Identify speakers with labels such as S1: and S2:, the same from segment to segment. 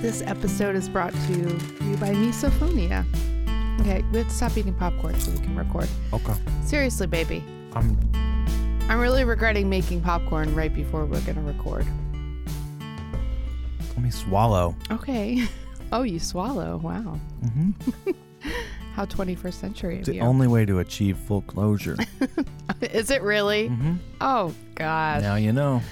S1: This episode is brought to you by Misophonia. Okay, we have to stop eating popcorn so we can record.
S2: Okay.
S1: Seriously, baby.
S2: I'm
S1: I'm really regretting making popcorn right before we're going to record.
S2: let me swallow.
S1: Okay. Oh, you swallow. Wow.
S2: hmm
S1: How 21st century of
S2: It's the
S1: you.
S2: only way to achieve full closure.
S1: is it really?
S2: hmm
S1: Oh, gosh.
S2: Now you know.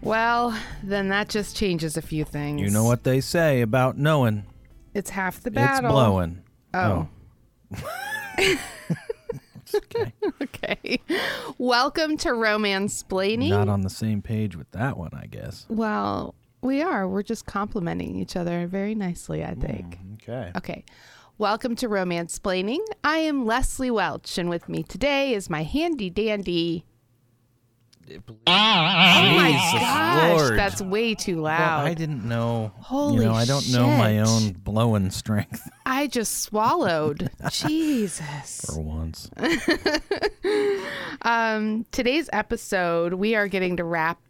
S1: Well, then that just changes a few things.
S2: You know what they say about knowing.
S1: It's half the battle.
S2: It's blowing.
S1: Oh.
S2: It's okay.
S1: Okay. Welcome to Romance Splaining.
S2: Not on the same page with that one, I guess.
S1: Well, we are. We're just complimenting each other very nicely, I think.
S2: Okay.
S1: Okay. Welcome to Romance Splaining. I am Leslie Welch, and with me today is my handy dandy. Oh my
S2: Jesus
S1: gosh,
S2: Lord.
S1: that's way too
S2: Well,
S1: loud.
S2: I didn't know.
S1: Holy
S2: you know, I don't know my
S1: shit.
S2: own blowing strength
S1: I just swallowed. Jesus.
S2: for once.
S1: Um, today's episode, we are getting to wrap,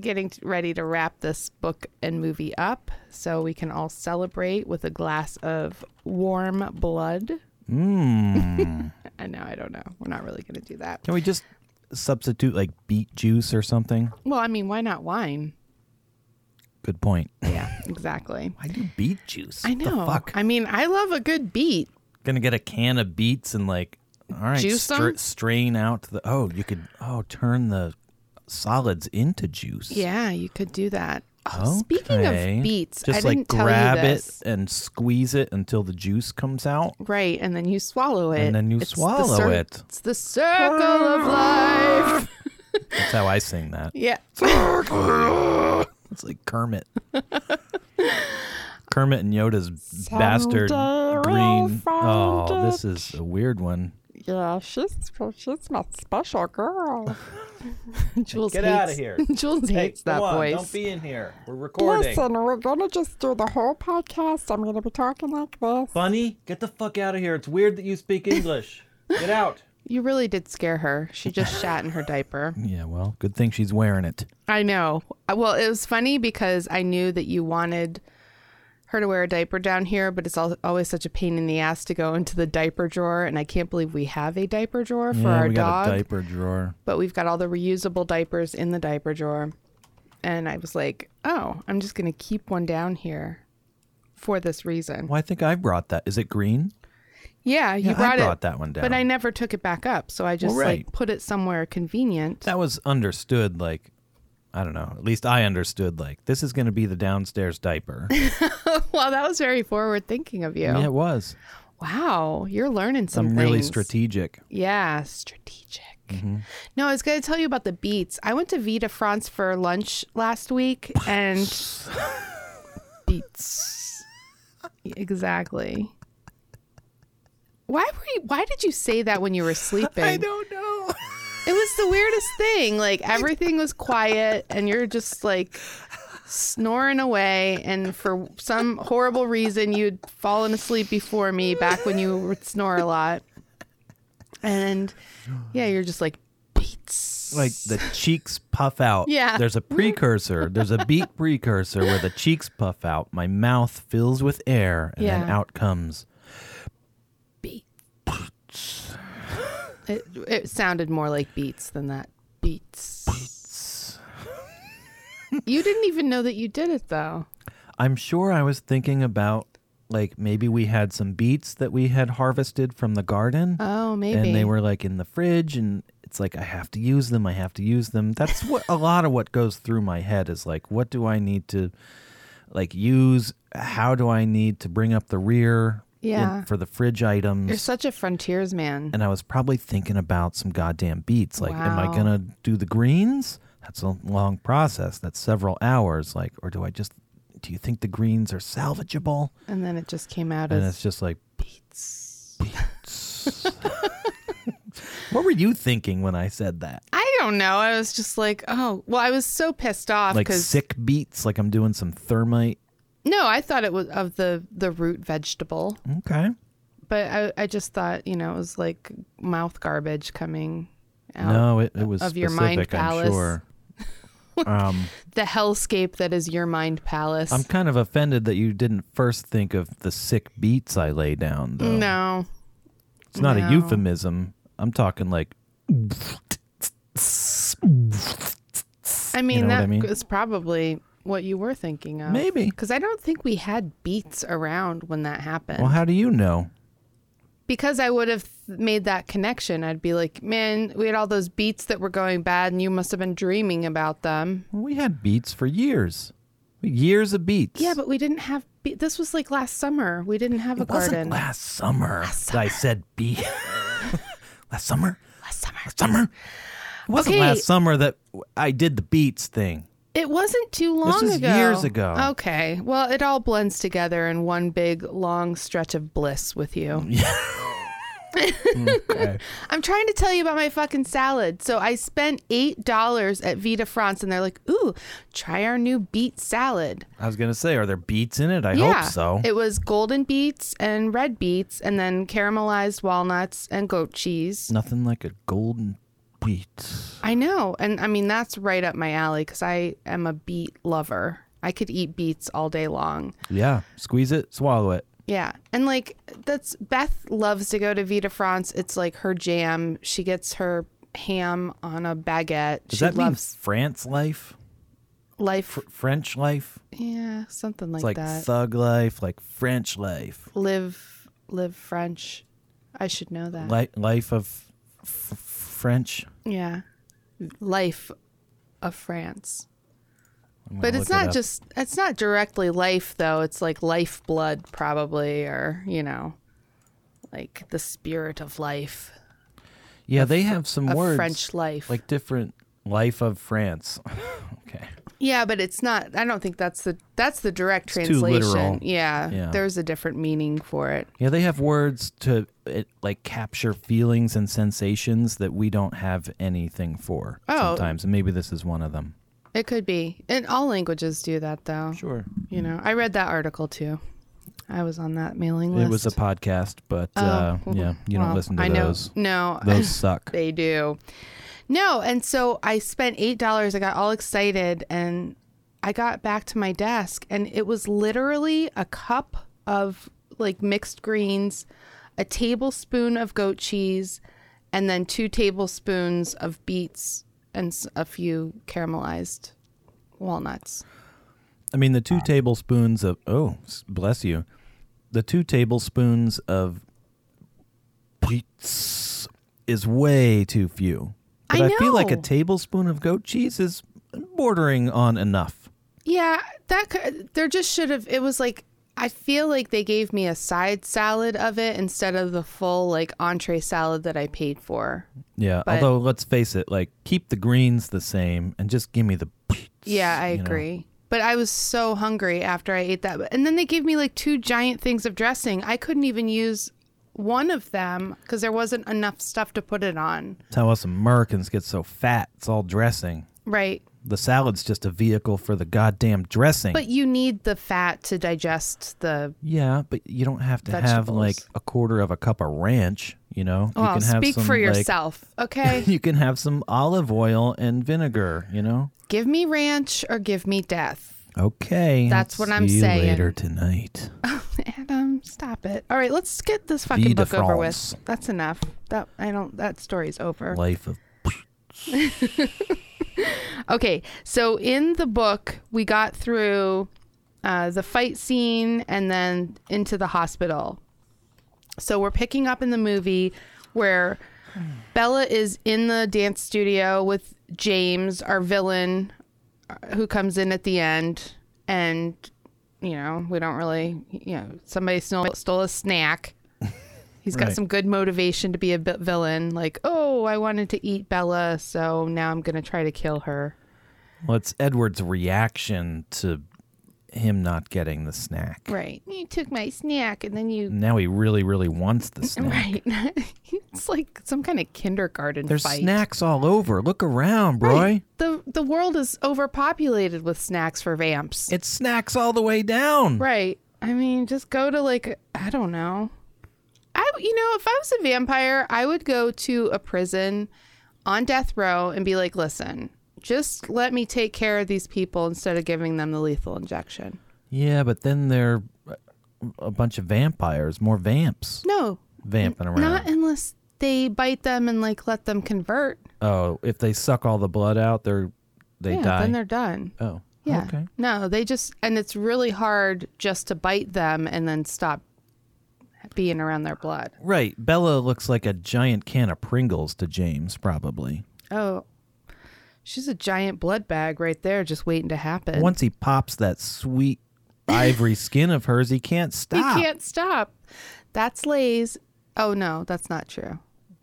S1: getting t- ready to wrap this book and movie up, so we can all celebrate with a glass of warm blood.
S2: Mmm.
S1: I know, I don't know. We're not really going to do that.
S2: Can we just substitute like beet juice or something?
S1: Well, I mean, why not wine?
S2: Good point.
S1: Yeah, exactly.
S2: I do beet juice.
S1: I
S2: What the
S1: know.
S2: fuck?
S1: I mean, I love a good beat.
S2: gonna get a can of beets and like all right
S1: Juice
S2: stra-
S1: them?
S2: strain out the oh you could oh turn the solids into juice
S1: Yeah, you could do that. Oh, Speaking
S2: Okay.
S1: of beets,
S2: just
S1: I
S2: like
S1: didn't
S2: grab
S1: tell you this.
S2: it and squeeze it until the juice comes out
S1: Right, and then you swallow it.
S2: And then you
S1: It's the
S2: swallow it.
S1: It's the circle of life.
S2: that's how i sing that
S1: Yeah.
S2: it's like kermit kermit and yoda's bastard green oh this is a weird one
S1: Yeah, she's she's my special girl. Jules
S2: Get
S1: hates,
S2: outta here.
S1: Jules hates that voice.
S2: be in here we're
S3: Listen, we're gonna just do the whole podcast. I'm gonna be talking like this.
S2: bunny get the fuck out of here it's weird that you speak english get out
S1: you really did scare her. She just shat in her diaper.
S2: Yeah, well, good thing she's wearing it.
S1: I know. Well, it was funny because I knew that you wanted her to wear a diaper down here, but it's al- always such a pain in the ass to go into the diaper drawer, and I can't believe we have a diaper drawer for
S2: yeah,
S1: our
S2: we
S1: dog.
S2: got a diaper drawer.
S1: but we've got all the reusable diapers in the diaper drawer. And I was like, oh, I'm just going to keep one down here for this reason.
S2: Well, I think I brought that. Is it green?
S1: Yeah, you
S2: Yeah, I
S1: brought,
S2: brought
S1: it,
S2: that one down.
S1: but I never took it back up. So I just like
S2: Well, right.
S1: put it somewhere convenient.
S2: That was understood. Like, I don't know. At least I understood. Like, this is going to be the downstairs diaper.
S1: well, that was very forward thinking of you.
S2: yeah, it was.
S1: Wow, you're learning some
S2: I'm really Mm-hmm.
S1: things.
S2: strategic.
S1: Yeah, strategic. No, I was going to tell you about the beets. I went to Vita France for lunch last week and beets. Exactly. Why were you, why did you say that when you were sleeping?
S2: don't know.
S1: It was the weirdest thing. Like everything was quiet and you're just like snoring away and for some horrible reason you'd fallen asleep before me back when you would snore a lot. And yeah, you're just like beats.
S2: like the cheeks puff out.
S1: Yeah.
S2: There's a precursor. There's a beat precursor where the cheeks puff out. My mouth fills with air, and then
S1: Yeah.
S2: out comes.
S1: It, it sounded more like beats than that. Beats. you didn't even know that you did it though.
S2: I'm sure I was thinking about like maybe we had some beets that we had harvested from the garden
S1: Oh, maybe.
S2: and they were like in the fridge and it's like I have to use them, I have to use them. That's what a lot of what goes through my head is like what do I need to like use? How do I need to bring up the rear in-
S1: Yeah.
S2: for the fridge items?
S1: You're such a frontiersman.
S2: and I was probably thinking about some goddamn beets. Like, am I
S1: Wow.
S2: gonna do the greens? That's a long process. That's several hours. Like, or do I just? Do you think the greens are salvageable?
S1: And then it just came out
S2: And
S1: as
S2: it's just like,
S1: beats.
S2: beets. what were you thinking when I said that?
S1: I don't know. I was just like, oh, well, I was so pissed off
S2: Like
S1: because
S2: sick beets? Like I'm doing some thermite?
S1: no, I thought it was of the the root vegetable,
S2: Okay.
S1: but I, I just thought you know it was like mouth garbage coming out.
S2: No, it, it was
S1: of
S2: specific.
S1: your mind
S2: I'm
S1: palace.
S2: sure. Um,
S1: the hellscape that is your mind palace.
S2: I'm kind of offended that you didn't first think of the sick beats I lay down. Though.
S1: no.
S2: it's not
S1: no.
S2: a euphemism. I'm talking like
S1: I mean,
S2: know what
S1: that
S2: I
S1: is
S2: mean?
S1: probably what you were thinking of.
S2: Maybe.
S1: Because I don't think we had beats around when that happened.
S2: Well, how do you know?
S1: because I would have made that connection. I'd be like, man, we had all those beats that were going bad, and you must have been dreaming about them.
S2: Well, we had beats for years. Years of beats.
S1: Yeah, but we didn't have. Be- this was like last summer. We didn't have a
S2: it wasn't
S1: garden.
S2: last summer. that I said beat. last summer?
S1: Last summer.
S2: Last summer? It wasn't
S1: Okay.
S2: last summer that I did the beats thing.
S1: It wasn't too long
S2: was
S1: ago.
S2: years ago.
S1: Okay. Well, it all blends together in one big long stretch of bliss with you.
S2: Okay.
S1: I'm trying to tell you about my fucking salad. So I spent eight dollars at Vita France, and they're like, "Ooh, try our new beet salad."
S2: I was going to say, are there beats in it? I
S1: yeah,
S2: hope so.
S1: It was golden beets and red beets, and then caramelized walnuts and goat cheese.
S2: Nothing like a golden beat.
S1: I know, and I mean that's right up my alley because I am a beet lover. I could eat beets all day long.
S2: Yeah. Squeeze it, swallow it.
S1: Yeah. And like that's Beth loves to go to Vita France. It's like her jam. She gets her ham on a baguette.
S2: Does
S1: she
S2: that
S1: loves
S2: mean France life?
S1: life.
S2: French life?
S1: Yeah, something like,
S2: It's like
S1: that.
S2: thug life, like French life.
S1: live live French. I should know that.
S2: Li- life of f- f- French.
S1: yeah. Life of France.
S2: I'm gonna
S1: But it's
S2: look it
S1: not
S2: up.
S1: just it's not directly life though. It's like life blood probably or, you know, like the spirit of life.
S2: Yeah, they have some
S1: Of
S2: words.
S1: French life.
S2: like different life of France. okay.
S1: Yeah, but it's not. I don't think that's the that's the direct
S2: It's too
S1: translation.
S2: literal.
S1: Yeah,
S2: Yeah.
S1: there's a different meaning for it.
S2: Yeah, they have words to it, like capture feelings and sensations that we don't have anything for
S1: Oh.
S2: sometimes, and maybe this is one of them.
S1: It could be. And all languages do that, though.
S2: Sure.
S1: You know, I read that article too. I was on that mailing list. Oh,
S2: It was a podcast, but uh, yeah, you
S1: Well,
S2: don't listen to
S1: I
S2: those.
S1: Know, no,
S2: Those suck.
S1: they do. No, and so I spent eight dollars. I got all excited, and I got back to my desk, and it was literally a cup of like mixed greens, a tablespoon of goat cheese, and then two tablespoons of beets and s- a few caramelized walnuts.
S2: I mean, the two tablespoons of oh, s- bless you, the two tablespoons of beets is way too few. But
S1: I
S2: feel like a
S1: know.
S2: tablespoon of goat cheese is bordering on enough.
S1: Yeah, that could, there just should have. It was like I feel like they gave me a side salad of it instead of the full like entree salad that I paid for.
S2: Yeah.
S1: But-
S2: although let's face it, like keep the greens the same and just give me the beets.
S1: Yeah, I
S2: you know?
S1: agree. But I was so hungry after I ate that. And then they gave me like two giant things of dressing. I couldn't even use one of them because there wasn't enough stuff to put it on.
S2: That's how us Americans get so fat. It's all dressing.
S1: Right.
S2: The salad's just a vehicle for the goddamn dressing.
S1: But you need the fat to digest the.
S2: yeah, but you don't have to have
S1: Vegetables.
S2: like a quarter of a cup of ranch. You know, you
S1: Well,
S2: can have
S1: speak
S2: some,
S1: for
S2: like-
S1: yourself, okay?
S2: you can have some olive oil and vinegar. You know.
S1: give me ranch or give me death.
S2: Okay.
S1: That's
S2: I'll
S1: what I'm
S2: see you
S1: saying.
S2: Later tonight.
S1: Adam, um, stop it. All right, let's get this fucking
S2: Vie de
S1: book over with.
S2: France.
S1: That's enough. That I don't that story's over.
S2: Life of
S1: Okay, so in the book we got through uh, the fight scene and then into the hospital. So we're picking up in the movie where Bella is in the dance studio with James, our villain, uh, who comes in at the end, and you know we don't really, you know, somebody stole, stole a snack. He's got
S2: Right.
S1: some good motivation to be a bit villain, like, oh, I wanted to eat Bella, so now I'm gonna try to kill her.
S2: well, it's Edward's reaction to him not getting the snack.
S1: Right. You took my snack and then you.
S2: Now he really, really wants the snack.
S1: Right. it's like some kind of kindergarten
S2: There's
S1: fight.
S2: snacks all over. Look around, boy.
S1: Right. The the world is overpopulated with snacks for vamps.
S2: It's snacks all the way down.
S1: right. I mean, just go to like I don't know. I you know, if I was a vampire, I would go to a prison on death row and be like, "Listen, just let me take care of these people instead of giving them the lethal injection.
S2: Yeah, but then they're a bunch of vampires, more vamps
S1: No,
S2: vamping around.
S1: not unless they bite them and like let them convert.
S2: oh, if they suck all the blood out, they're they
S1: yeah,
S2: die.
S1: then they're done.
S2: oh,
S1: Yeah.
S2: Okay.
S1: No, they just and it's really hard just to bite them and then stop being around their blood.
S2: Right. Bella looks like a giant can of Pringles to James, probably.
S1: Oh. She's a giant blood bag right there just waiting to happen.
S2: Once he pops that sweet ivory skin of hers, he can't
S1: he
S2: stop.
S1: can't stop. That's Lay's. Oh no, that's not true.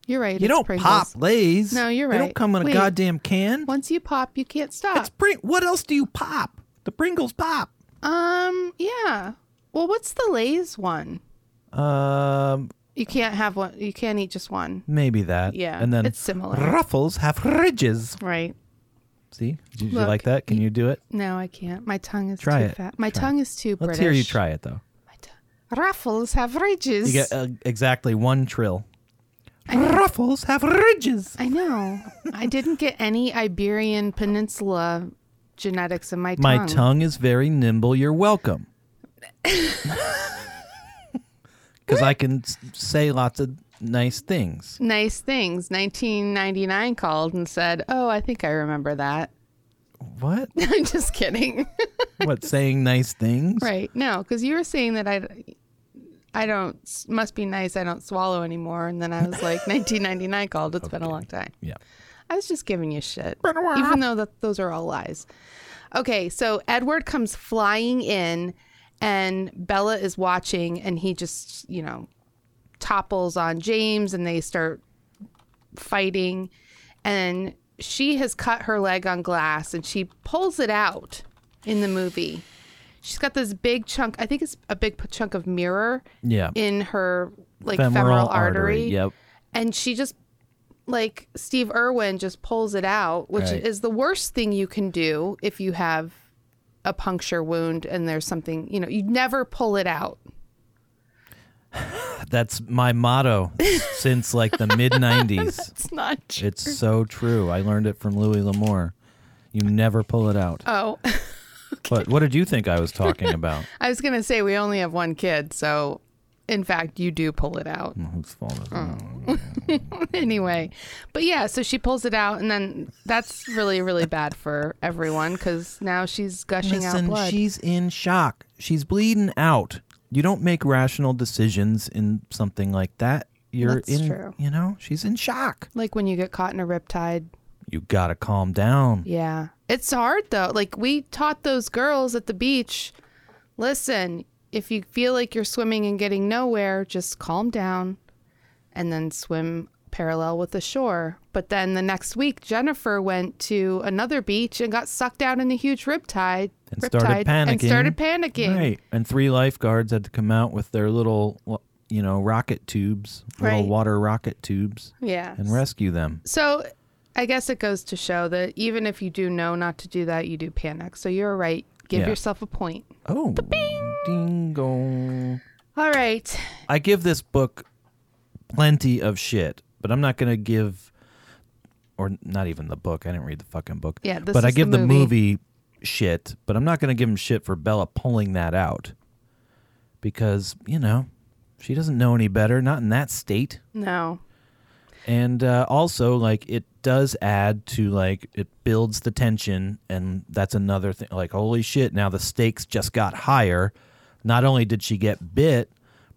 S1: You're right.
S2: you
S1: it's
S2: don't
S1: Pringles.
S2: pop lays.
S1: No, you're
S2: They don't
S1: right.
S2: come in a
S1: Wait.
S2: goddamn can.
S1: Once you pop, you can't stop.
S2: It's Pring- what else do you pop? The Pringles pop.
S1: Um, yeah. Well, what's the Lay's one?
S2: Um,
S1: You can't have one. You can't eat just one.
S2: maybe that.
S1: Yeah,
S2: And then
S1: it's similar.
S2: Ruffles have ridges.
S1: Right.
S2: See, did you
S1: Look,
S2: like that? Can you do it?
S1: No, I can't. My tongue is
S2: Try
S1: too
S2: it.
S1: fat. My
S2: Try
S1: tongue is too
S2: Let's
S1: British.
S2: hear you try it though.
S1: My tongue- Ruffles uh, have ridges.
S2: You get uh, exactly one trill. Ruffles have ridges.
S1: I know. I didn't get any Iberian Peninsula genetics in my tongue.
S2: My tongue is very nimble. You're welcome. Because I can s- say lots of nice things.
S1: Nice things. 1999 called and said, "Oh, I think I remember that."
S2: What?
S1: I'm just kidding.
S2: What? Saying nice things?
S1: right. No, because you were saying that I, I don't must be nice. I don't swallow anymore. And then I was like, 1999 called. It's been a long time.
S2: Yeah.
S1: I was just giving you shit, even though that those are all lies. Okay, so Edward comes flying in, and Bella is watching, and he just, you know, topples on James, and they start fighting, and she has cut her leg on glass, and she pulls it out in the movie. She's got this big chunk. I think it's a big p- chunk of mirror
S2: Yeah.
S1: in her like
S2: Femoral
S1: femoral,
S2: artery,
S1: artery.
S2: yep.
S1: And she just like Steve Irwin just pulls it out, which
S2: Right.
S1: is the worst thing you can do if you have a puncture wound and there's something, you know, you never pull it out.
S2: That's my motto since like the mid 90s.
S1: It's not true.
S2: It's so true. I learned it from Louis L'Amour. You never pull it out.
S1: Oh,
S2: But what did you think I was talking about?
S1: I was going to say we only have one kid, so in fact, you do pull it out.
S2: Whose fault is it?
S1: anyway, but yeah, so she pulls it out and then that's really really bad for everyone cuz now she's gushing out
S2: Listen,
S1: blood.
S2: she's in shock. She's bleeding out. You don't make rational decisions in something like that. You're
S1: That's
S2: in,
S1: true.
S2: you know, she's in shock.
S1: like when you get caught in a riptide
S2: You gotta calm down.
S1: Yeah. It's hard though. Like we taught those girls at the beach, listen, if you feel like you're swimming and getting nowhere, just calm down and then swim parallel with the shore. But then the next week Jennifer went to another beach and got sucked out in a huge riptide
S2: And
S1: riptide
S2: started panicking.
S1: and started panicking.
S2: Right. And three lifeguards had to come out with their little, you know, rocket tubes,
S1: Right.
S2: little water rocket tubes,
S1: Yeah.
S2: and rescue them.
S1: So I guess it goes to show that even if you do know not to do that, you do panic. So you're right. Give
S2: Yeah.
S1: yourself a point.
S2: Oh, dingo.
S1: All right.
S2: I give this book plenty of shit, but I'm not going to give, or not even the book. I didn't read the fucking book.
S1: Yeah, this
S2: but I
S1: is the
S2: give the
S1: movie.
S2: movie shit, but I'm not going to give him shit for Bella pulling that out because you know she doesn't know any better, not in that state.
S1: No.
S2: And uh, also, like, it does add to like it builds the tension, and that's another thing. Like, holy shit! Now the stakes just got higher. Not only did she get bit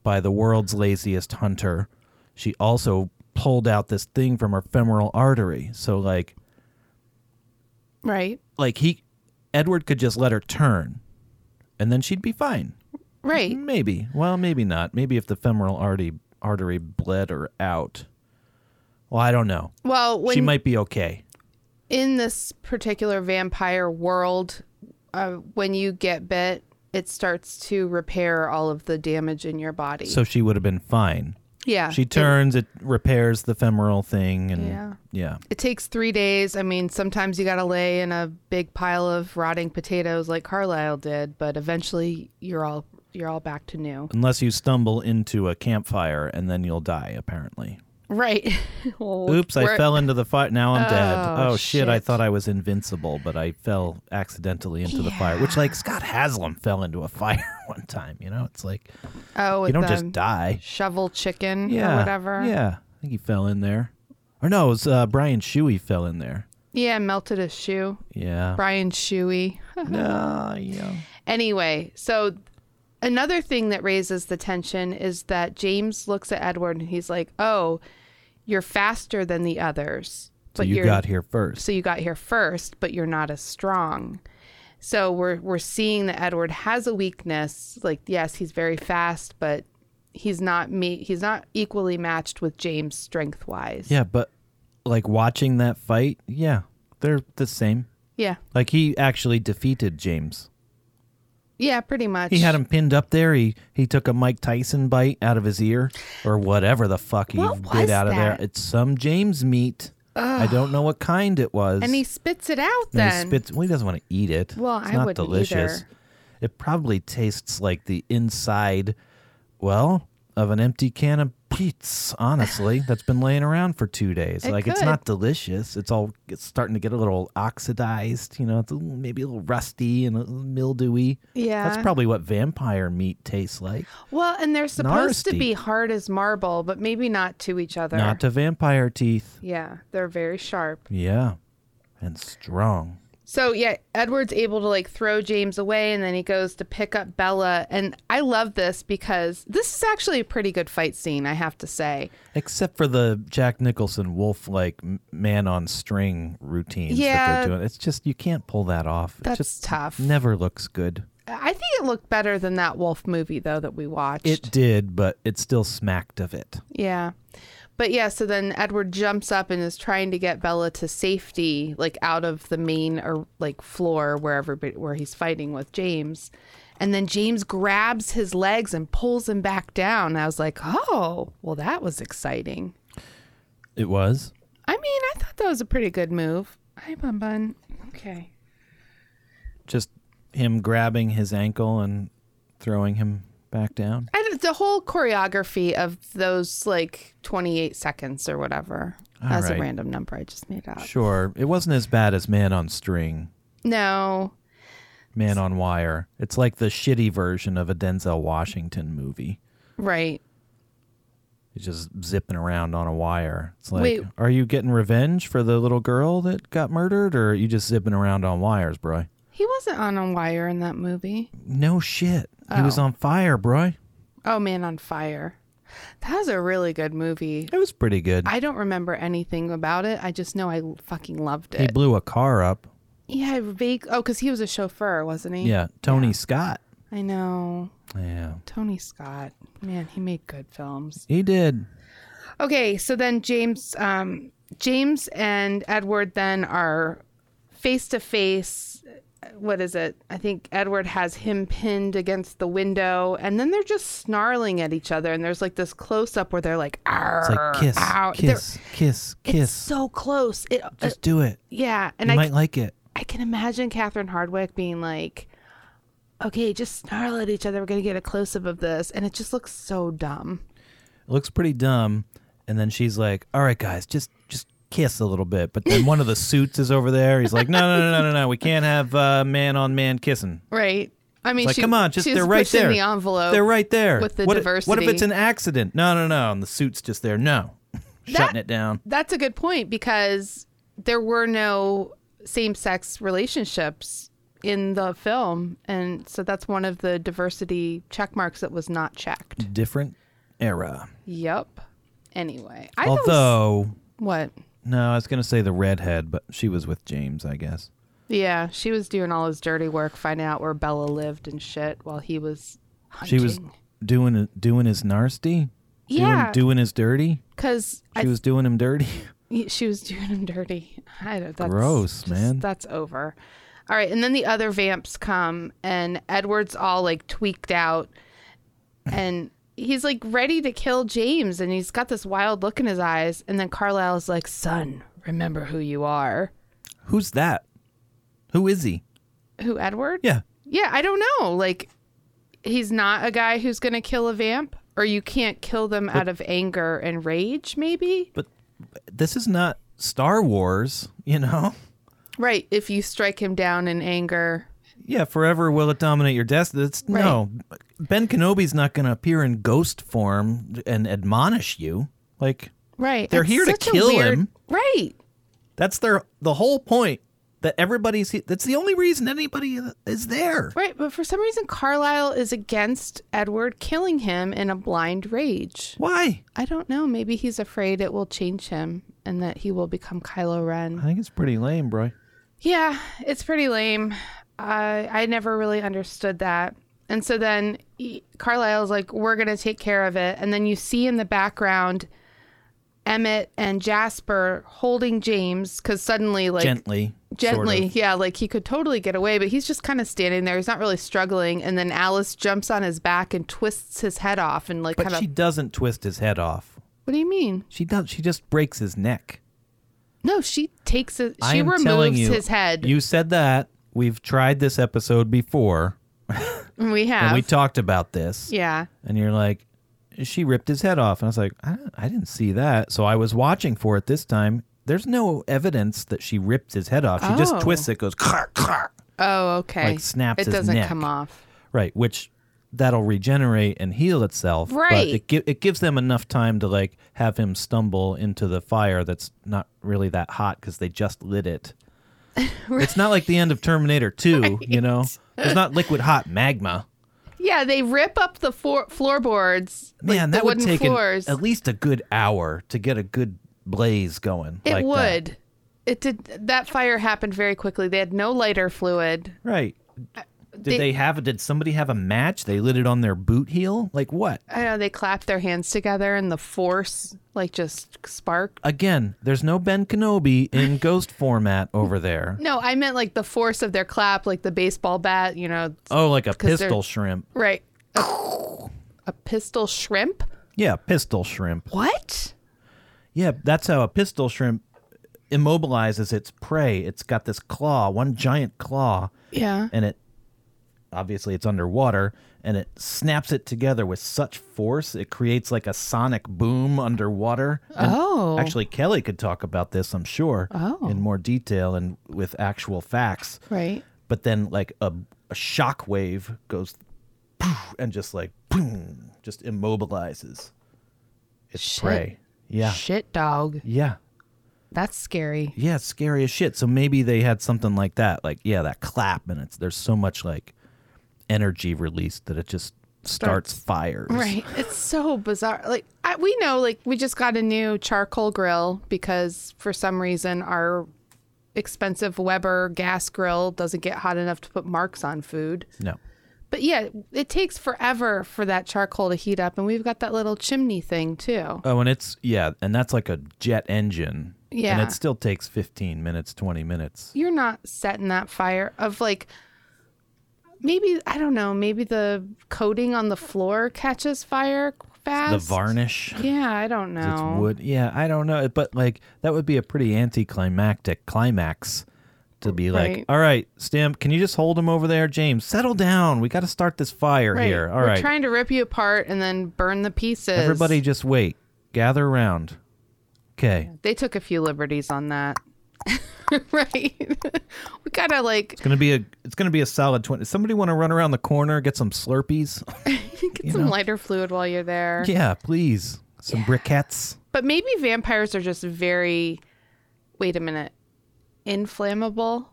S2: by the world's laziest hunter, she also pulled out this thing from her femoral artery. So, like,
S1: Right.
S2: like he, Edward could just let her turn, and then she'd be fine.
S1: Right.
S2: Maybe. Well, maybe not. Maybe if the femoral artery artery bled her out. Well, I don't know.
S1: Well, when
S2: Mm-hmm. she might be okay.
S1: in this particular vampire world, uh, when you get bit, it starts to repair all of the damage in your body.
S2: So she would have been fine.
S1: yeah,
S2: She
S1: it-
S2: turns, it repairs the femoral thing, and yeah,
S1: Yeah. It, takes three days. I mean, sometimes you got to lay in a big pile of rotting potatoes like Carlisle did, but eventually you're all you're all back to new.
S2: unless you stumble into a campfire and then you'll die. Apparently,
S1: Right. Well,
S2: Oops, I
S1: we're-
S2: fell into the fire. Now I'm dead.
S1: Oh,
S2: Oh shit, I
S1: shit.
S2: thought I was invincible, but I fell accidentally into the fire. Which like Scott Haslam fell into a fire one time, you know? It's like
S1: Oh, with
S2: you don't
S1: the
S2: just die.
S1: shovel chicken
S2: Yeah.
S1: or whatever.
S2: Yeah. I think he fell in there. Or no, it was uh, Brian Shuey fell in there.
S1: Yeah, melted a shoe.
S2: Yeah.
S1: Brian Shuey.
S2: No, yeah.
S1: Anyway, so another thing that raises the tension is that James looks at Edward and he's like, "Oh, you're faster than the others,
S2: So you
S1: you're
S2: got here first.
S1: so you got here first, but you're not as strong." So we're we're seeing that Edward has a weakness. Like, yes, he's very fast, but he's not me. He's not equally matched with James strength wise.
S2: Yeah, but like watching that fight, yeah, they're the same.
S1: yeah,
S2: Like he actually defeated James.
S1: yeah, pretty much.
S2: He had him pinned up there. He he took a Mike Tyson bite out of his ear or whatever the fuck he
S1: What was
S2: did out of there.
S1: that?
S2: It's some James meat. I don't know what kind it was.
S1: and he spits it out.
S2: And
S1: Then
S2: he spits. Well, he doesn't want to eat it.
S1: Well,
S2: it's
S1: I
S2: not
S1: wouldn't
S2: delicious.
S1: either.
S2: It probably tastes like the inside, well, of an empty can of pizza. Honestly, that's been laying around for two days.
S1: It
S2: like it's
S1: could.
S2: not delicious. It's all it's starting to get a little oxidized. You know, it's a little- maybe a little rusty and a little mildewy.
S1: Yeah.
S2: that's probably what vampire meat tastes like.
S1: Well, and they're supposed
S2: Nasty.
S1: to be hard as marble, but maybe not to each other.
S2: Not to vampire teeth.
S1: yeah, they're very sharp.
S2: Yeah, and strong.
S1: So yeah, Edward's able to like throw James away, and then he goes to pick up Bella. And I love this because this is actually a pretty good fight scene, I have to say.
S2: Except for the Jack Nicholson wolf like m- man on string routines that
S1: Yeah.
S2: they're doing. It's just you can't pull that off. It
S1: That's
S2: just
S1: tough.
S2: Never looks good.
S1: I think it looked better than that Wolf movie though that we watched.
S2: It did, but it still smacked of it.
S1: Yeah. But yeah, so then Edward jumps up and is trying to get Bella to safety, like out of the main or like floor where everybody where he's fighting with James. And then James grabs his legs and pulls him back down. I was like, "Oh, well that was exciting."
S2: It was.
S1: I mean, I thought that was a pretty good move. Hi, Bun Bun. Okay.
S2: Just him grabbing his ankle and throwing him back down.
S1: I, don't- the whole choreography of those like 28 seconds or whatever.
S2: All
S1: That's
S2: right.
S1: a random number I just made up.
S2: Sure. It wasn't as bad as man on string,
S1: No,
S2: man on wire. It's like the shitty version of a Denzel Washington movie.
S1: right.
S2: He's just zipping around on a wire. It's like,
S1: Wait.
S2: are you getting revenge for the little girl that got murdered, or are you just zipping around on wires, bro?
S1: He wasn't on a wire in that movie.
S2: No shit. He was
S1: Oh.
S2: on fire, bro.
S1: Oh, Man on Fire. That was a really good movie.
S2: It was pretty good.
S1: I don't remember anything about it. I just know I fucking loved
S2: he
S1: it.
S2: blew a car up.
S1: yeah, I vague. Oh, because he was a chauffeur, wasn't he?
S2: Yeah, Tony Scott.
S1: I know.
S2: Yeah,
S1: Tony Scott. Man, he made good films.
S2: he did.
S1: Okay, so then James, um, James and Edward then are face to face. What is it? I think Edward has him pinned against the window, and then they're just snarling at each other. And there's like this close up where they're like, "Arr,
S2: It's like kiss,
S1: ow." They're-
S2: kiss, kiss,
S1: It's
S2: kiss.
S1: so close. It, uh,
S2: Just do it.
S1: yeah, and
S2: You
S1: I,
S2: might like it.
S1: I can imagine Catherine Hardwick being like, "Okay, just snarl at each other. We're gonna get a close up of this," and it just looks so dumb.
S2: It looks pretty dumb. And then she's like, "All right, guys, just just kiss a little bit." But then one of the suits is over there. He's like, "No, no, no, no, no, no. We can't have uh, man on man kissing.
S1: Right. I mean,
S2: It's like,
S1: she,
S2: come on, just
S1: she's
S2: they're right
S1: pushing
S2: there.
S1: The envelope.
S2: They're right there.
S1: with the
S2: what If, what if
S1: diversity.
S2: it's an accident? No, no, no. And the suit's just there. No, shutting it down.
S1: That's a good point because there were no same-sex relationships in the film, and so that's one of the diversity check marks that was not checked.
S2: Different era.
S1: Yep. Anyway, I thought it was-
S2: Although,
S1: what?
S2: no, I was gonna say the redhead, but she was with James, I guess.
S1: Yeah, she was doing all his dirty work, finding out where Bella lived and shit, while he was hunting.
S2: She was doing doing his nasty.
S1: yeah,
S2: Doing, doing his dirty.
S1: because
S2: She was doing him dirty.
S1: she was doing him dirty. I don't. That's
S2: Gross,
S1: just-
S2: man.
S1: That's over. All right, and then the other vamps come, and Edward's all like tweaked out, and he's like ready to kill James, and he's got this wild look in his eyes, and then Carlisle's like, "Son, remember who you are."
S2: Who's that? Who is he?
S1: Who Edward?
S2: Yeah.
S1: Yeah, I don't know. Like, he's not a guy who's gonna kill a vamp. or you can't kill them out of anger and rage, maybe?
S2: But this is not Star Wars, you know?
S1: Right. If you strike him down in anger.
S2: Yeah, forever will it dominate your destiny. It's no. Ben Kenobi's not going to appear in ghost form and admonish you. Like
S1: Right.
S2: They're
S1: It's
S2: here to
S1: such a
S2: kill
S1: weird-
S2: him.
S1: Right.
S2: that's their the whole point that everybody's he- that's the only reason anybody is there.
S1: Right. But for some reason, Carlisle is against Edward killing him in a blind rage.
S2: Why?
S1: I don't know. Maybe he's afraid it will change him and that he will become Kylo Ren.
S2: I think it's pretty lame, bro.
S1: Yeah, it's pretty lame. I I never really understood that. And so then he- Carlisle's like, "We're gonna take care of it." And then you see in the background Emmett and Jasper holding James because suddenly, like,
S2: Gently. sort of.
S1: gently, yeah, like he could totally get away, but he's just kind of standing there. He's not really struggling. And then Alice jumps on his back and twists his head off and like
S2: But
S1: kind
S2: she
S1: of.
S2: doesn't twist his head off.
S1: What do you mean?
S2: She does. She just breaks his neck.
S1: No, she takes it.
S2: I
S1: She
S2: am telling
S1: removes
S2: you,
S1: his head.
S2: You said that. We've tried this episode before,
S1: we have.
S2: and we talked about this.
S1: yeah.
S2: And you're like, she ripped his head off, and I was like, I, I didn't see that. So I was watching for it this time. There's no evidence that she ripped his head off. She just
S1: Oh.
S2: twists it, goes clark, clark.
S1: Oh, okay.
S2: Like, snaps
S1: It
S2: his
S1: doesn't
S2: neck.
S1: come off.
S2: Right, which that'll regenerate and heal itself. But
S1: Right.
S2: it, gi- it gives them enough time to like have him stumble into the fire that's not really that hot because they just lit it. It's not like the end of Terminator 2, you know? There's not liquid hot magma.
S1: Yeah, they rip up the floor- floorboards. like,
S2: Man,
S1: the
S2: that would
S1: wooden
S2: take an-
S1: floors.
S2: at least a good hour to get a good blaze going.
S1: it
S2: like that.
S1: would. It did. That fire happened very quickly. They had no lighter fluid.
S2: Right. Did
S1: Uh, they-
S2: they, have? Did somebody have a match? They lit it on their boot heel. Like what?
S1: I know they clapped their hands together, and the force like just sparked.
S2: Again, there's no Ben Kenobi in ghost format over there.
S1: No, I meant like the force of their clap, like the baseball bat. You know,
S2: Oh, like a
S1: 'Cause
S2: pistol
S1: they're-
S2: shrimp.
S1: right? A, a pistol shrimp.
S2: Yeah, pistol shrimp.
S1: What?
S2: Yeah, that's how a pistol shrimp immobilizes its prey. It's got this claw, one giant claw,
S1: Yeah.
S2: and it obviously it's underwater and it snaps it together with such force it creates like a sonic boom underwater. And
S1: Oh.
S2: Actually, Kelly could talk about this, I'm sure,
S1: Oh.
S2: in more detail and with actual facts.
S1: Right.
S2: But then, like a, a shock wave goes, poof, and just like boom, just immobilizes its
S1: Shit.
S2: prey. Yeah,
S1: Shit, dog.
S2: yeah,
S1: That's scary.
S2: yeah. It's scary as shit. So maybe they had something like that. Like yeah, that clap, and it's there's so much like energy released that it just starts, fires.
S1: Right. It's so bizarre. Like I, we know, like we just got a new charcoal grill because for some reason our expensive Weber gas grill doesn't get hot enough to put marks on food.
S2: No.
S1: But yeah, it takes forever for that charcoal to heat up, and we've got that little chimney thing too.
S2: Oh, and it's yeah, and that's like a jet engine.
S1: Yeah.
S2: And it still takes 15 minutes, 20 minutes.
S1: You're not setting that fire of like maybe I don't know, maybe the coating on the floor catches fire fast.
S2: The varnish.
S1: Yeah, I don't know.
S2: It's wood. Yeah, I don't know, but like that would be a pretty anticlimactic climax to be like,
S1: Right.
S2: "All right, Stim, can you just hold him over there, James? Settle down. We got to start this fire
S1: Right.
S2: here. All
S1: We're
S2: right,
S1: trying to rip you apart and then burn the pieces.
S2: everybody, just wait. Gather around. Okay,
S1: They took a few liberties on that. right. we gotta like
S2: it's gonna be a it's gonna be a solid twenty. Somebody want to run around the corner, get some Slurpees?
S1: get some lighter fluid while you're there.
S2: yeah, please. Some briquettes.
S1: But maybe vampires are just very wait a minute. Inflammable.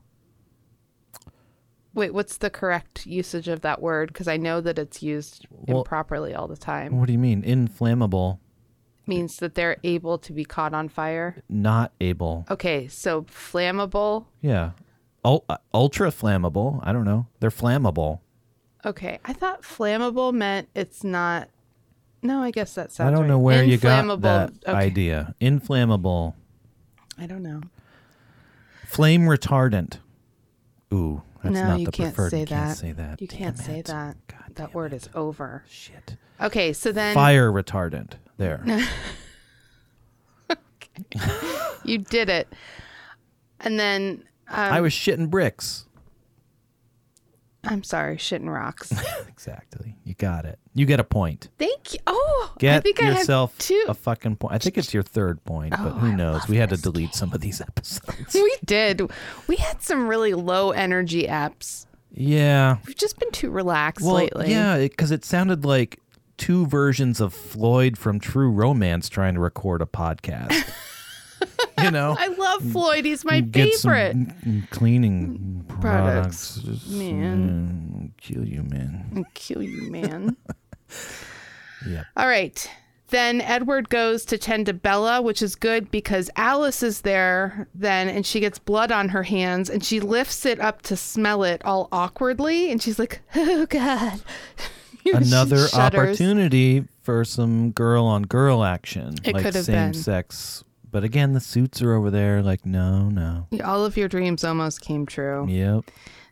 S1: Wait, what's the correct usage of that word? Because I know that it's used
S2: Well-
S1: improperly all the time.
S2: What do you mean inflammable?
S1: means that they're able to be caught on fire.
S2: Not able.
S1: Okay, so flammable.
S2: Yeah. Ul- uh, ultra flammable. I don't know. They're flammable.
S1: Okay, I thought flammable meant it's not. No, I guess that sounds.
S2: I don't
S1: right.
S2: know where you got
S1: Inflammable-
S2: that
S1: okay.
S2: idea. Inflammable,
S1: I don't know.
S2: flame retardant. Ooh, that's
S1: no,
S2: not
S1: you
S2: the
S1: can't
S2: preferred.
S1: say
S2: you
S1: that.
S2: can't say that.
S1: You
S2: Damn
S1: can't say
S2: it.
S1: that.
S2: God
S1: that
S2: damn
S1: word
S2: it.
S1: is over.
S2: Shit.
S1: Okay, so then
S2: Fire retardant. There.
S1: you did it, and then Um,
S2: I was shitting bricks.
S1: I'm sorry, shitting rocks.
S2: Exactly. You got it. You get a point.
S1: Thank you. Oh,
S2: Get
S1: I think
S2: yourself
S1: I have two. Oh,
S2: a fucking point. I think it's your third point, but who knows? We had to delete some of these episodes.
S1: we did. We had some really low energy apps.
S2: yeah.
S1: We've just been too relaxed
S2: Well,
S1: lately.
S2: yeah, because it sounded like two versions of Floyd from True Romance trying to record a podcast. you know,
S1: I love Floyd. He's my
S2: Mm, get some
S1: favorite.
S2: mm, cleaning
S1: Products,
S2: products.
S1: man.
S2: Mm, Kill you, man.
S1: and kill you, man.
S2: Yep.
S1: All right. Then Edward goes to tend to Bella, which is good because Alice is there then and she gets blood on her hands and she lifts it up to smell it all awkwardly and she's like, "Oh god." You know, she
S2: Another
S1: shudders.
S2: opportunity for some girl on girl action.
S1: It
S2: like
S1: could have
S2: same
S1: been.
S2: sex. But again, the suits are over there. Like, no, no.
S1: All of your dreams almost came true.
S2: Yep.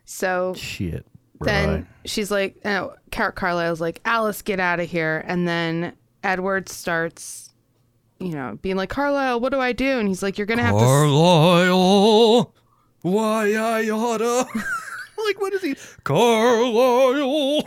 S1: So
S2: Shit.
S1: then
S2: right.
S1: she's like, oh, Car- Carlisle's like, Alice, get out of here. And then Edward starts, you know, being like, Carlisle, what do I do? And he's like, you're going to have to. s-
S2: Carlisle, why I oughta. like, what is he? Carlisle,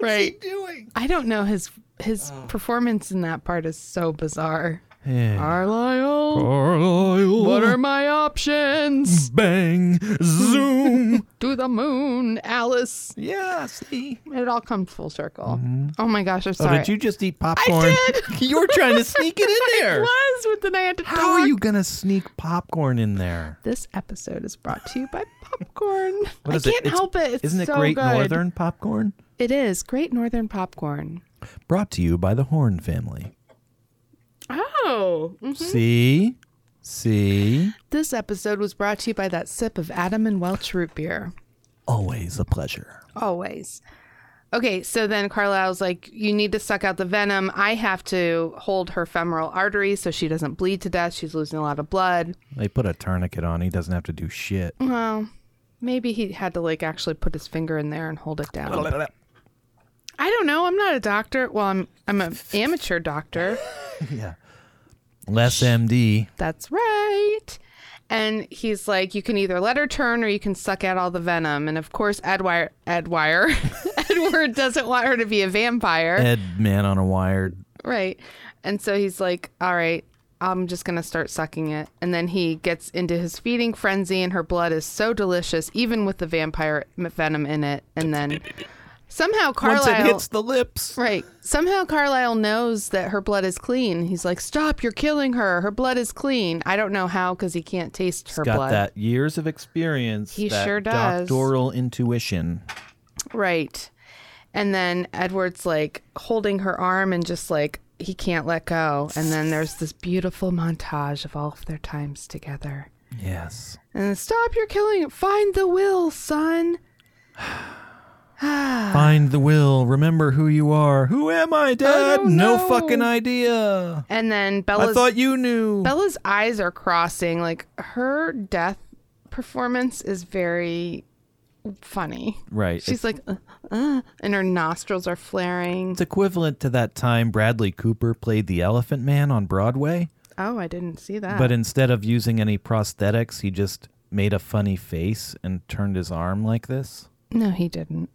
S1: Right.
S2: doing?
S1: I don't know his his
S2: Oh.
S1: performance in that part is so bizarre.
S2: Yeah.
S1: Carlisle,
S2: Carlisle,
S1: what are my options?
S2: bang, zoom.
S1: To the moon, Alice.
S2: yeah, see.
S1: It all comes full circle. Oh my gosh, I'm
S2: Oh,
S1: sorry.
S2: did you just eat popcorn?
S1: did.
S2: you were trying to sneak it in there.
S1: was, but then I had to
S2: How are
S1: talk.
S2: you gonna sneak popcorn in there?
S1: This episode is brought to you by popcorn. I
S2: What is it?
S1: can't
S2: It's-
S1: help it. It's
S2: Isn't it
S1: so
S2: Great
S1: good.
S2: Northern popcorn?
S1: It is great northern popcorn.
S2: Brought to you by the Horn family.
S1: Oh. mm.
S2: See, see.
S1: This episode was brought to you by that sip of Adam and Welch root beer.
S2: Always a pleasure.
S1: Always. Okay, so then Carlisle's like, you need to suck out the venom. I have to hold her femoral artery so she doesn't bleed to death. She's losing a lot of blood.
S2: They put a tourniquet on. He doesn't have to do shit.
S1: Well, maybe he had to like actually put his finger in there and hold it down. I don't know. I'm not a doctor. Well, I'm I'm an amateur doctor.
S2: yeah. Less MD.
S1: That's right. And he's like, you can either let her turn or you can suck out all the venom. And of course, Edwire, Edwire, Edward doesn't want her to be a vampire.
S2: Ed man on a wire.
S1: Right. And so he's like, all right, I'm just going to start sucking it. And then he gets into his feeding frenzy, and her blood is so delicious, even with the vampire m- venom in it. And then somehow
S2: Once it
S1: Carlisle.
S2: hits the lips.
S1: Right. Somehow Carlisle knows that her blood is clean. He's like, "Stop! You're killing her. Her blood is clean." I don't know how because he can't taste her
S2: Got
S1: blood.
S2: that years of experience.
S1: He
S2: that
S1: sure does.
S2: Doctoral intuition.
S1: Right. And then Edward's like holding her arm and just like he can't let go. And then there's this beautiful montage of all of their times together.
S2: Yes.
S1: And then, stop, you're killing. Find the will, son. Ah.
S2: Find the will. Remember who you are. Who am I, Dad?
S1: don't
S2: no
S1: know.
S2: fucking idea.
S1: And then
S2: I
S1: Bella's
S2: thought you knew.
S1: Bella's eyes are crossing. Like her death performance is very funny.
S2: right.
S1: She's like, uh, uh, and her nostrils are flaring.
S2: it's equivalent to that time Bradley Cooper played the Elephant Man on Broadway.
S1: Oh, I didn't see that.
S2: But instead of using any prosthetics, he just made a funny face and turned his arm like this.
S1: no, he didn't.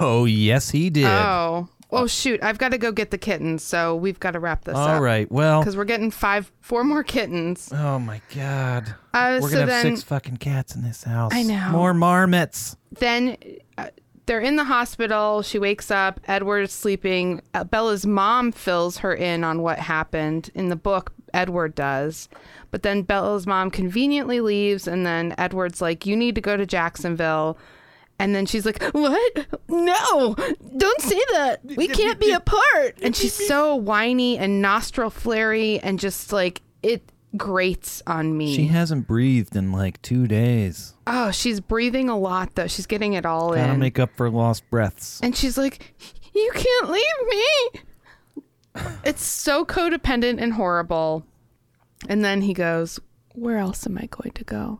S2: Oh, yes, he did.
S1: Oh. Oh shoot! I've got to go get the kittens, so we've got to wrap this
S2: All
S1: up
S2: right. Well,
S1: because we're getting five, four more kittens.
S2: oh my God.
S1: Uh,
S2: We're
S1: so
S2: going to have
S1: then,
S2: six fucking cats in this house.
S1: I know.
S2: More marmots.
S1: then uh, they're in the hospital. She wakes up. Edward is sleeping. Uh, Bella's mom fills her in on what happened in the book. Edward does, but then Bella's mom conveniently leaves, and then Edward's like, "You need to go to Jacksonville." And then she's like, "What? No! Don't say that. We can't be apart." And she's so whiny and nostril flary, and just like it grates on me.
S2: She hasn't breathed in like two days.
S1: oh, she's breathing a lot though. She's getting it all
S2: Gotta
S1: in.
S2: make up for lost breaths.
S1: And she's like, You can't leave me. It's so codependent and horrible. And then he goes, Where else am I going to go?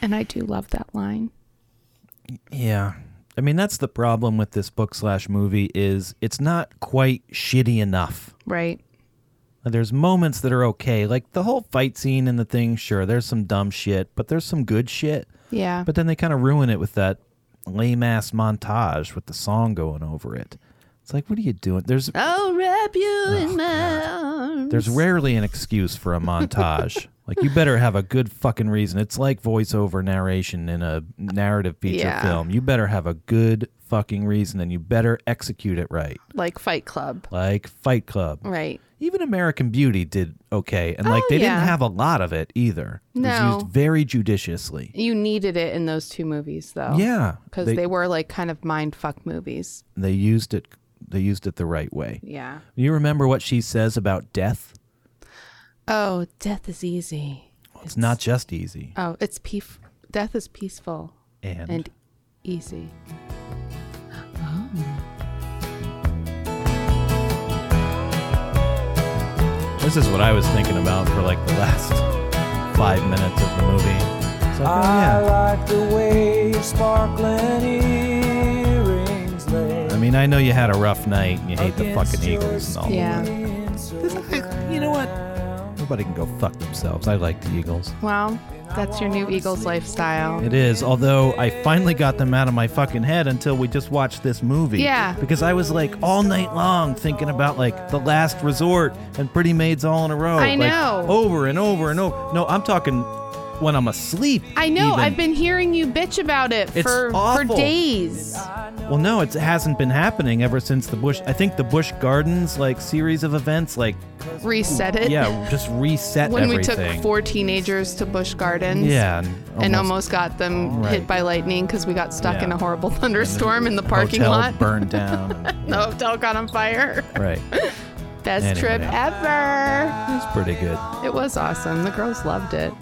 S1: And I do love that line.
S2: Yeah. I mean, that's the problem with this book slash movie is it's not quite shitty enough.
S1: Right.
S2: There's moments that are okay. Like the whole fight scene and the thing, sure, there's some dumb shit, but there's some good shit.
S1: Yeah.
S2: But then they kind of ruin it with that lame ass montage with the song going over it. It's like, what are you doing? There's
S1: I'll Oh, wrap you
S2: Oh,
S1: in my arms.
S2: there's rarely an excuse for a montage. like you better have a good fucking reason. It's like voiceover narration in a narrative feature
S1: Yeah.
S2: film. You better have a good fucking reason and you better execute it right.
S1: like Fight Club,
S2: Like Fight Club.
S1: right?
S2: Even American Beauty did okay. And like
S1: Oh,
S2: they
S1: yeah.
S2: didn't have a lot of it either. It
S1: No.
S2: was used very judiciously.
S1: You needed it in those two movies, though.
S2: Yeah.
S1: because
S2: they,
S1: they, were like kind of mind fuck movies.
S2: they used it they used it the right way.
S1: Yeah.
S2: You remember what she says about death?
S1: Oh, death is easy.
S2: It's, not just easy.
S1: Oh, it's peaf. Death is peaceful
S2: And,
S1: and easy.
S2: this is what I was thinking about for like the last five minutes of the movie. It's like, oh,
S4: I
S2: yeah.
S4: like the way your sparkling earrings lay.
S2: I mean, I know you had a rough night and you hate the fucking Eagles and all.
S1: Yeah.
S2: This, I- you know what? Nobody can go fuck themselves. I like the Eagles.
S1: Well, that's your new Eagles lifestyle.
S2: It is, although I finally got them out of my fucking head until we just watched this movie.
S1: Yeah.
S2: Because I was like all night long thinking about like The Last Resort and Pretty Maids all in a row.
S1: I
S2: like,
S1: know.
S2: Over and over and over. No, I'm talking when I'm asleep.
S1: I know.
S2: even.
S1: I've been hearing you bitch about it
S2: It's
S1: for
S2: awful.
S1: for days.
S2: Well, no, it's, it hasn't been happening ever since the Bush. I think the Bush Gardens like series of events, like
S1: Reset it.
S2: yeah, just reset
S1: When we
S2: everything.
S1: took four teenagers to Bush Gardens.
S2: yeah, and
S1: And almost got them
S2: Right.
S1: hit by lightning because we got stuck
S2: Yeah.
S1: in a horrible thunderstorm in the parking
S2: hotel
S1: lot.
S2: burned down. and-
S1: the hotel got on fire.
S2: right,
S1: Best
S2: Anyway.
S1: trip ever.
S2: it's pretty good.
S1: It was awesome. The girls loved it.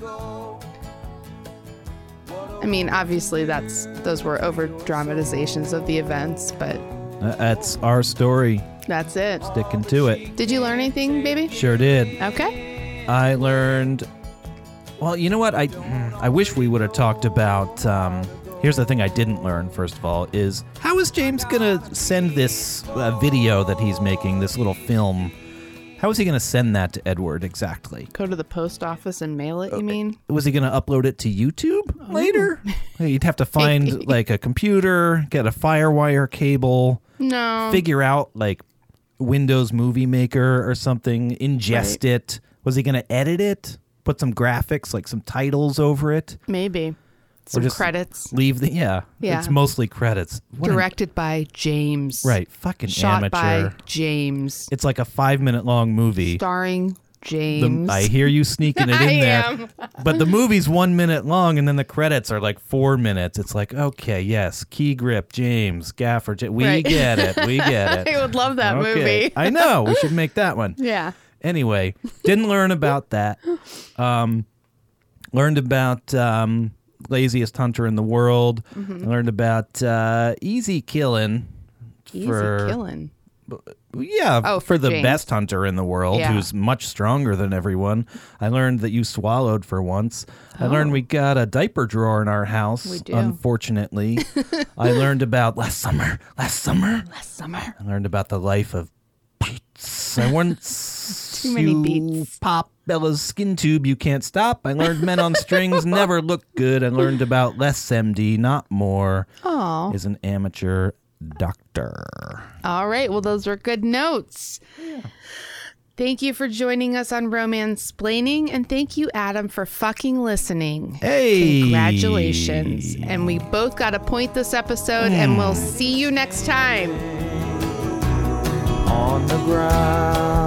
S1: I mean, obviously, that's those were over dramatizations of the events, but
S2: Uh, That's our story.
S1: that's it.
S2: Sticking to it.
S1: Did you learn anything, baby?
S2: Sure did.
S1: Okay.
S2: I learned. Well, you know what? I mm, I wish we would have talked about. Um, here's the thing I didn't learn. First of all, is how is James gonna send this uh, video that he's making, this little film? How is he gonna send that to Edward exactly?
S1: Go to the post office and mail it. You mean?
S2: Was he gonna upload it to YouTube later? He'd have to find like a computer, get a FireWire cable,
S1: No.
S2: figure out like Windows Movie Maker or something, ingest it. Was he going to edit it? Put some graphics, like some titles over it.
S1: Maybe. Some
S2: just-
S1: credits
S2: Leave the yeah.
S1: Yeah.
S2: It's mostly credits. What an-
S1: directed by James.
S2: right? Fucking
S1: Shot
S2: amateur.
S1: by James.
S2: It's like a five minute long movie.
S1: Starring
S2: The-
S1: James.
S2: I hear you sneaking it in
S1: I
S2: there,
S1: am.
S2: but the movie's one minute long, and then the credits are like four minutes. It's like, okay, yes, key grip, James Gaffer. Ja- we
S1: Right.
S2: get it, we get
S1: I
S2: it.
S1: would love that
S2: Okay.
S1: movie.
S2: I know we should make that one.
S1: yeah.
S2: Anyway, didn't learn about that. Um, learned about um, laziest hunter in the world.
S1: Mm-hmm.
S2: Learned about uh, easy killing.
S1: Easy
S2: For-
S1: killing.
S2: Yeah,
S1: Oh,
S2: for,
S1: for
S2: the
S1: James.
S2: best hunter in the world,
S1: Yeah.
S2: who's much stronger than everyone. I learned that you swallowed for once. I learned we got a diaper drawer in our house.
S1: Oh. We do.
S2: Unfortunately, I learned about last summer. Last summer,
S1: Last summer.
S2: I learned about the life of beets. I once
S1: Too many
S2: you
S1: beets.
S2: pop Bella's skin tube, you can't stop. I learned men on strings never look good. I learned about less MD, not more.
S1: Aw.
S2: Is an amateur doctor.
S1: All right. Well, those were good notes. Thank you for joining us on Romance Splaining, and thank you, Adam, for fucking listening.
S2: Hey,
S1: Congratulations. And we both got a point this episode, and we'll see you next time.
S4: on the ground.